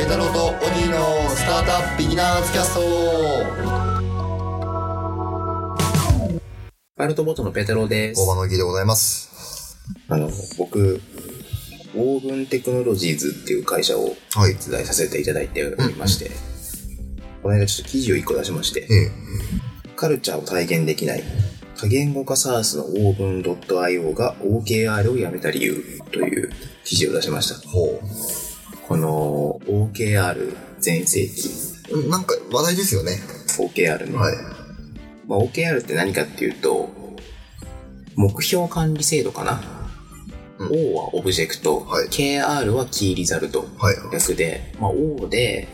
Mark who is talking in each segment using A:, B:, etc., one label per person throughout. A: イ太郎とオニーのスタートアップビギナーズキャスト
B: バルトボートのペテロです。
A: 大場の木でございます。
B: あの、僕、オーブンテクノロジーズっていう会社を
A: はい。
B: 手伝いさせていただいておりまして、この間ちょっと記事を1個出しまして、
A: ええ。
B: カルチャーを体現できない、多言語化 SARS の open.io が OKR をやめた理由という記事を出しました。
A: ほ
B: この OKR 全盛期、
A: う。なんか話題ですよね。
B: OKR の、
A: はい。
B: まあ、OKR って何かっていうと、目標管理制度かな。
A: うん
B: O はオブジェクト、
A: はい
B: KR はキーリザルト。
A: はい。
B: 略で、まあ、O で、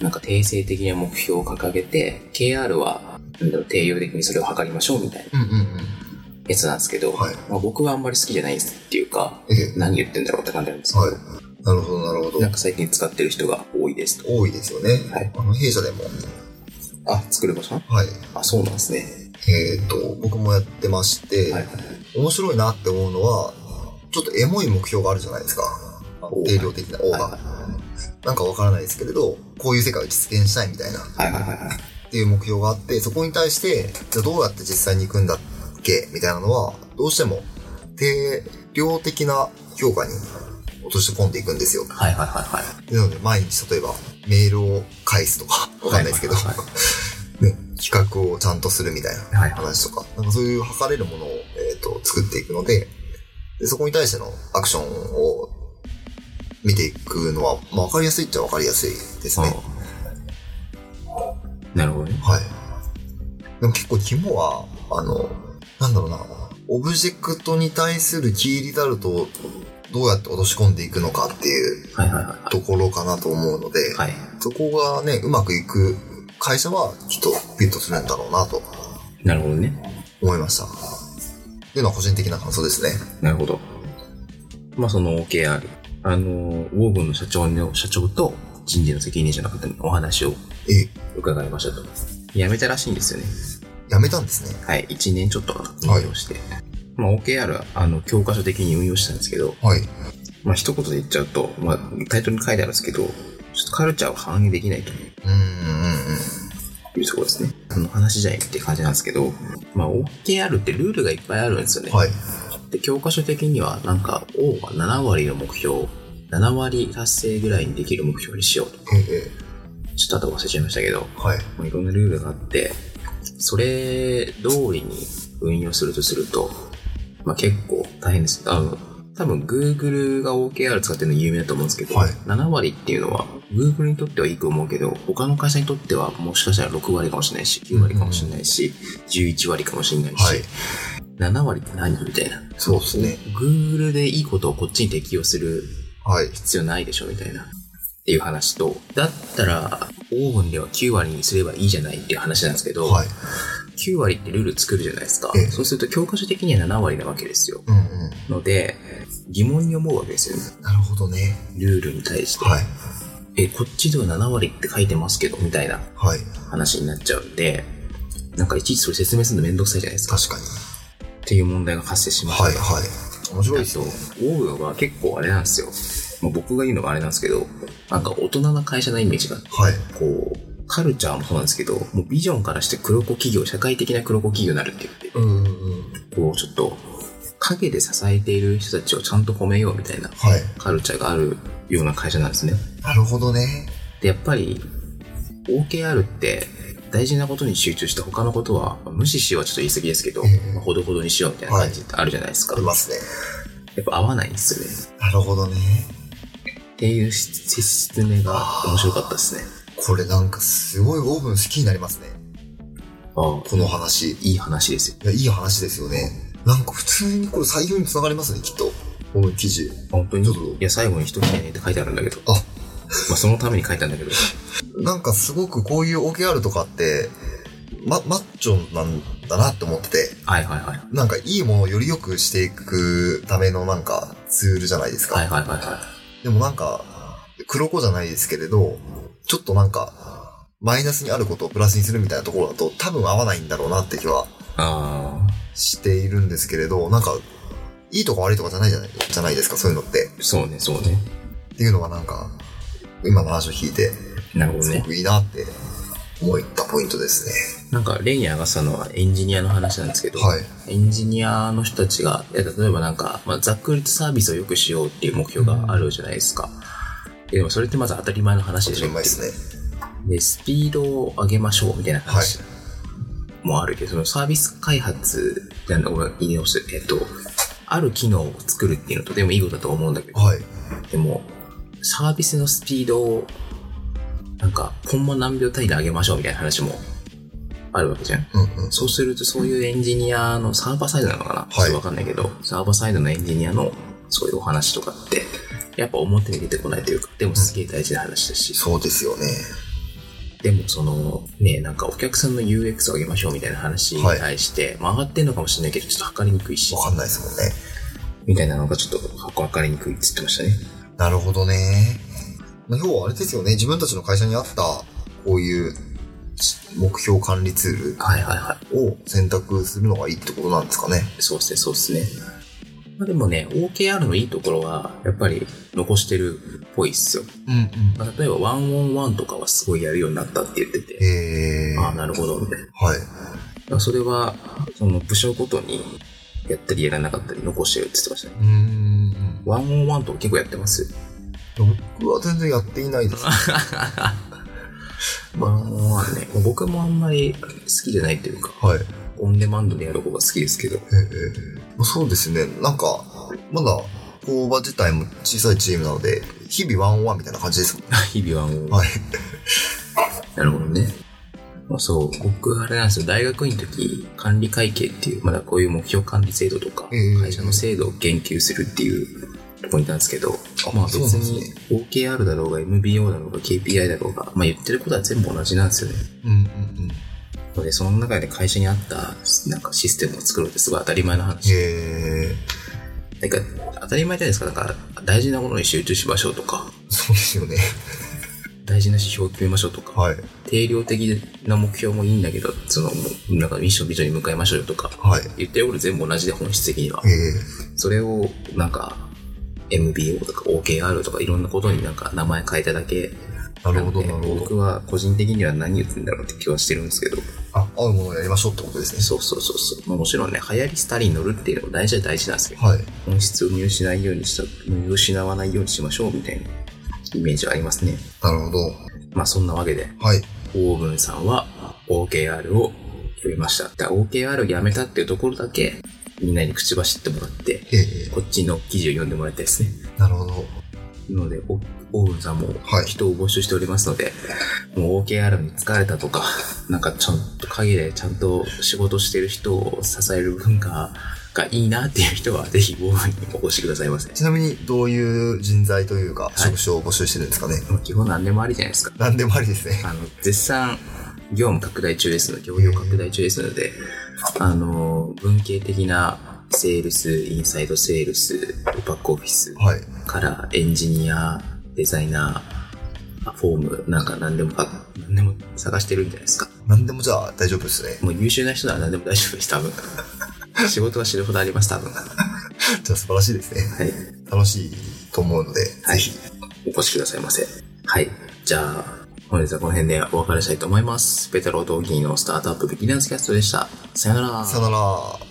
B: なんか定性的な目標を掲げて、KR は、なんだろう、定量的にそれを測りましょうみたいな
A: うんうんうん。
B: やつなんですけど、
A: はい
B: まあ、僕はあんまり好きじゃないですっていうか、
A: ええ。
B: 何言ってんだろうって感じなんですけど、
A: はい。なるほど、なるほど
B: なん。か最近使ってる人が多いですと。
A: 多いですよね。
B: はい
A: あの、弊社でも。
B: あ、作る場所
A: はい。
B: あ、そうなんですね。
A: えっ、と、僕もやってまして、
B: はいはい。
A: 面白いなって思うのは、ちょっとエモい目標があるじゃないですか。
B: お
A: 定量的なオー
B: は
A: バ
B: い
A: ー。なんかわからないですけれど、こういう世界を実現したいみたいな。
B: はいはいはいはい。
A: っていう目標があって、そこに対して、じゃあどうやって実際に行くんだっけみたいなのは、どうしても定量的な評価に落とし込んでいくんですよ。
B: はいはいはいはい。
A: なので、毎日例えばメールを返すとか、わかんないですけど、
B: はいはいは
A: ね、企画をちゃんとするみたいな
B: はいはい
A: 話とか、なんかそういう測れるものを、えー、と作っていくのでで、そこに対してのアクションを見ていくのは、まあ、わかりやすいっちゃわかりやすいですね。
B: なるほどね。
A: はい。でも結構肝は、あの、なんだろうな、オブジェクトに対するキーリザルトをどうやって落とし込んでいくのかっていう
B: はいはいは
A: ところかなと思うので、
B: い。はい。
A: そこがね、うまくいく会社はきっとフィットするんだろうなと
B: なるほどね。
A: 思いました。っていうのは個人的な感想ですね。
B: なるほど。まあ、その OKR。あの、ウォーグンの社長の、社長と人事の責任者の方にお話を
A: え、
B: 伺いましたと。辞めたらしいんですよね。
A: やめたんですね。
B: はい。1年ちょっと運用して。まあ、OKR は、あの、教科書的に運用したんですけど、
A: はい。
B: まあ、一言で言っちゃうと、まあ、タイトルに書いてあるんですけど、ちょっとカルチャーを反映できないと
A: うんうんうん。
B: いうところですね。その話じゃいって感じなんですけど、まあ、OKR ってルールがいっぱいあるんですよね。
A: はい。
B: で教科書的にはなんか O は7割の目標7割達成ぐらいにできる目標にしようと
A: ええ、
B: ちょっと後忘れちゃいましたけど
A: はい。
B: まあいろんなルールがあってそれ通りに運用するとすると、まあ、結構大変ですあの多分 Google が OKR 使ってるの有名だと思うんですけど、
A: はい
B: 7割っていうのは Google にとってはいいと思うけど他の会社にとってはもしかしたら6割かもしれないし9割かもしれないし、11割かもしれないし、
A: はい。
B: 7割って何みたいな
A: そうですね。
B: Google でいいことをこっちに適用する
A: はい。
B: 必要ないでしょみたいな。っていう話と、だったら、オーブンでは9割にすればいいじゃないっていう話なんですけど、
A: はい。
B: 9割ってルール作るじゃないですか
A: ええ。
B: そうすると教科書的には7割なわけですよ。
A: うんうん。
B: ので、疑問に思うわけですよね。
A: なるほどね。
B: ルールに対して。
A: はい。
B: え、こっちでは7割って書いてますけど、みたいな
A: はい。
B: 話になっちゃうんで、なんかいちいちそれ説明するのめんどくさいじゃないですか。
A: 確かに。
B: っていう問題が発生しました。
A: はいはい。面白い
B: あ
A: です
B: と、オ
A: ね。
B: ーガは結構あれなんですよ。まあ、僕が言うのがあれなんですけど、なんか大人な会社のイメージが、
A: はい。
B: こう、カルチャーもそうなんですけど、もうビジョンからして黒子企業、社会的な黒子企業になるって言っ
A: うんうんうん。
B: て、こう、ちょっと、陰で支えている人たちをちゃんと褒めようみたいな
A: はい。
B: カルチャーがあるような会社なんですね。
A: なるほどね。
B: で、やっぱり、OKR って、大事なことに集中して他のことは、まあ無視しようはちょっと言い過ぎですけど、
A: ええ
B: まあほどほどにしようみたいな感じってあるじゃないですか。
A: ありますね。
B: やっぱ合わないんですよね。
A: なるほどね。
B: っていう説明が面白かったですね。
A: これなんかすごいオーブン好きになりますね。
B: ああ
A: この話。い
B: いい話ですよ。
A: や、いい話ですよね。なんか普通にこれ採用につながりますね、きっと。この記事。
B: 本当に。
A: ちょ
B: い
A: っと
B: や、最後に人来てねって書いてあるんだけど。
A: あ
B: まあ、そのために書いたんだけど。
A: なんかすごくこういう OKR とかって、ま、マッチョなんだなって思ってて、
B: はいはいはい。
A: なんかいいものをより良くしていくためのなんかツールじゃないですか。
B: はいはいはいは。
A: でもなんか、黒子じゃないですけれど、ちょっとなんか、マイナスにあることをプラスにするみたいなところだと多分合わないんだろうなって気はい
B: ああ、
A: しているんですけれど、なんか、いいとか悪いとかじゃないじゃないじゃないですか、そういうのって。
B: そうね、そうね。
A: っていうのがなんか、今の話を聞いて、
B: なるほど
A: すご
B: ね。
A: くいいなって思ったポイントですね。
B: なんか、レイヤーがしたのはエンジニアの話なんですけど、
A: はい。
B: エンジニアの人たちが、いや例えばなんか、まあ、ざっくりとサービスを良くしようっていう目標があるじゃないですか。ででもそれってまず当たり前の話で
A: 当
B: したょ
A: り前ですね。
B: で、スピードを上げましょうみたいな話もあるけど、そのサービス開発みたいなのが引用して、えっと、ある機能を作るっていうのとてもいいことだと思うんだけど、
A: はい。
B: でも、サービスのスピードを、なんか、コンマ何秒単位で上げましょうみたいな話もあるわけじゃん。
A: うんうん。
B: そうすると、そういうエンジニアのサーバーサイドなのかな、
A: い
B: ちょっとわかんないけど、サーバーサイドのエンジニアのそういうお話とかって、やっぱ表に出てこないというか、でもすげえ大事な話だし、
A: そうですよね。
B: でもその、ね、なんかお客さんの UX を上げましょうみたいな話に対して、まあ上がってんのかもしれないけど、ちょっと測りにくいし、
A: わかんないですもんね。
B: みたいなのがちょっと測りにくいって言ってましたね。
A: なるほどね。まあ要はあれですよね。自分たちの会社にあった、こういう目標管理ツー
B: はいはいはい。
A: ルを選択するのがいいってことなんですかね。
B: そうですね、そうですね。まあでもね、OKR のいいところは、やっぱり残してるっぽいっすよ。
A: うんうん。
B: まあ例えば、ワンオンワンとかはすごいやるようになったって言ってて、
A: えー。
B: ああ、なるほど、みたいな。
A: はい。
B: だからそれは、その部署ごとに、やったりやらなかったり残してるって言ってましたね。
A: うーん。
B: ワンオンワンとか結構やってます。
A: 僕は全然やっていないです。
B: ワンオンワンね、僕もあんまり好きじゃないというか、
A: はい。
B: オンデマンドでやる方が好きですけど、
A: ええそうですね。なんか、まだ工場自体も小さいチームなので、日々ワンオンワンみたいな感じですもんね。
B: 日々ワンオンワン。
A: はい。
B: なるほどね。まあそう、僕あれなんですよ、大学院の時、管理会計っていう、まだこういう目標管理制度とか、
A: うんうんうん
B: 会社の制度を言及するっていうところにいたんですけど、まあ
A: そ
B: 別
A: うなんですね
B: に OKR だろうが MBO だろうが KPI だろうが、まあ言ってることは全部同じなんですよね。
A: うんうんうん。
B: ので、その中で会社にあった、なんかシステムを作ろうってすごい当たり前の話。
A: ええ
B: なんか、当たり前じゃないですか、なんか、大事なものに集中しましょうとか、
A: そうですよね。
B: 大事な指標を決めましょうとか、
A: はい。
B: 定量的な目標もいいんだけど、その、もうなんかミッションビジョンに向かいましょうよとか、
A: はい。
B: 言ってること全部同じで本質的には
A: え。
B: それを、なんか、MBO とか OKR とかいろんなことになんか名前変えただけ。
A: えなるほど、
B: の
A: な
B: で
A: るほど。
B: 僕は個人的には何言ってんだろうって気はしてるんですけど。
A: あ、合うものをやりましょうってことですね。
B: そうそうそうそう。まあもちろんね、流行り廃りに乗るっていうのも大事は大事なんですけど、
A: はい。
B: 本質を見失いようにした、見失わないようにしましょうみたいなイメージはありますね。
A: なるほど。
B: まあそんなわけで、
A: はい。
B: オーブンさんは OKR をやめました。だから OKR をやめたっていうところだけ、みんなに口走ってもらって、
A: ええ
B: こっちの記事を読んでもらいたいですね。
A: なるほど。
B: なので、おオーブンさんも
A: はい
B: 人を募集しておりますので、もう OKR に疲れたとか、なんかちゃんと陰でちゃんと仕事してる人を支える文化がいいなっていう人は、ぜひオーブンにお越しくださいませ。
A: ちなみに、どういう人材というか、職種を募集してるんですかね。
B: まあ基本何でもありじゃないですか。
A: 何でもありですね。
B: あの、絶賛、業務拡大中ですので、業務拡大中ですので、あの、文系的なセールス、インサイドセールス、バックオフィス
A: はい。
B: からエンジニア、デザイナー、フォーム、なんか何でもか、何でも探してるんじゃないですか。
A: 何でもじゃあ大丈夫ですね。
B: もう優秀な人なら何でも大丈夫です、多分。 仕事は知るほどあります、多分。は
A: じゃあ素晴らしいですね。
B: い。
A: 楽しいと思うので、
B: はい
A: ぜひ。。
B: お越しくださいませ。はい。じゃあ、本日はこの辺でお別れしたいと思います。ペテロ・同義のスタートアップビギナーズキャストでした。さよなら。
A: さよなら。